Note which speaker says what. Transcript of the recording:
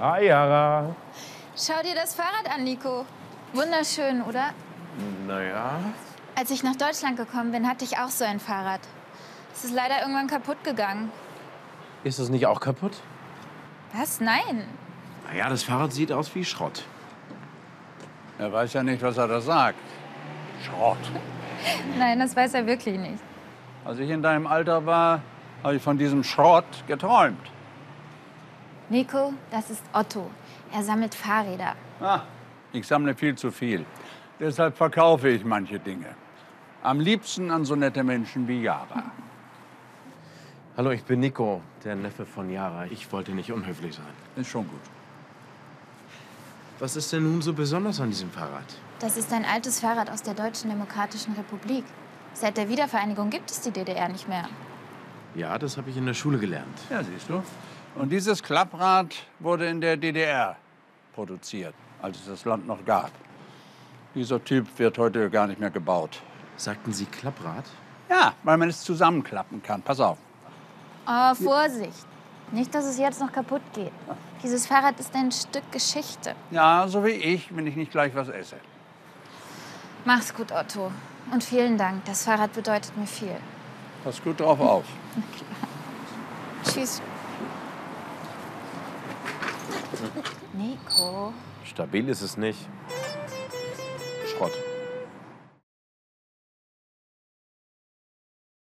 Speaker 1: Hi, Yara.
Speaker 2: Schau dir das Fahrrad an, Nico. Wunderschön, oder?
Speaker 1: Naja.
Speaker 2: Als ich nach Deutschland gekommen bin, hatte ich auch so ein Fahrrad. Es ist leider irgendwann kaputt gegangen.
Speaker 1: Ist es nicht auch kaputt?
Speaker 2: Was? Nein.
Speaker 1: Naja, das Fahrrad sieht aus wie Schrott.
Speaker 3: Er weiß ja nicht, was er da sagt. Schrott.
Speaker 2: Nein, das weiß er wirklich nicht.
Speaker 3: Als ich in deinem Alter war, habe ich von diesem Schrott geträumt.
Speaker 2: Nico, das ist Otto. Er sammelt Fahrräder.
Speaker 3: Ah, ich sammle viel zu viel. Deshalb verkaufe ich manche Dinge. Am liebsten an so nette Menschen wie Jara.
Speaker 1: Hallo, ich bin Nico, der Neffe von Yara. Ich wollte nicht unhöflich sein.
Speaker 3: Ist schon gut.
Speaker 1: Was ist denn nun so besonders an diesem Fahrrad?
Speaker 2: Das ist ein altes Fahrrad aus der Deutschen Demokratischen Republik. Seit der Wiedervereinigung gibt es die DDR nicht mehr.
Speaker 1: Ja, das habe ich in der Schule gelernt.
Speaker 3: Ja, siehst du. Und dieses Klapprad wurde in der DDR produziert, als es das Land noch gab. Dieser Typ wird heute gar nicht mehr gebaut.
Speaker 1: Sagten Sie Klapprad?
Speaker 3: Ja, weil man es zusammenklappen kann. Pass auf.
Speaker 2: Oh, Vorsicht. Nicht, dass es jetzt noch kaputt geht. Dieses Fahrrad ist ein Stück Geschichte.
Speaker 3: Ja, so wie ich, wenn ich nicht gleich was esse.
Speaker 2: Mach's gut, Otto. Und vielen Dank. Das Fahrrad bedeutet mir viel.
Speaker 3: Pass gut drauf auf.
Speaker 2: Tschüss. Nico.
Speaker 1: Stabil ist es nicht.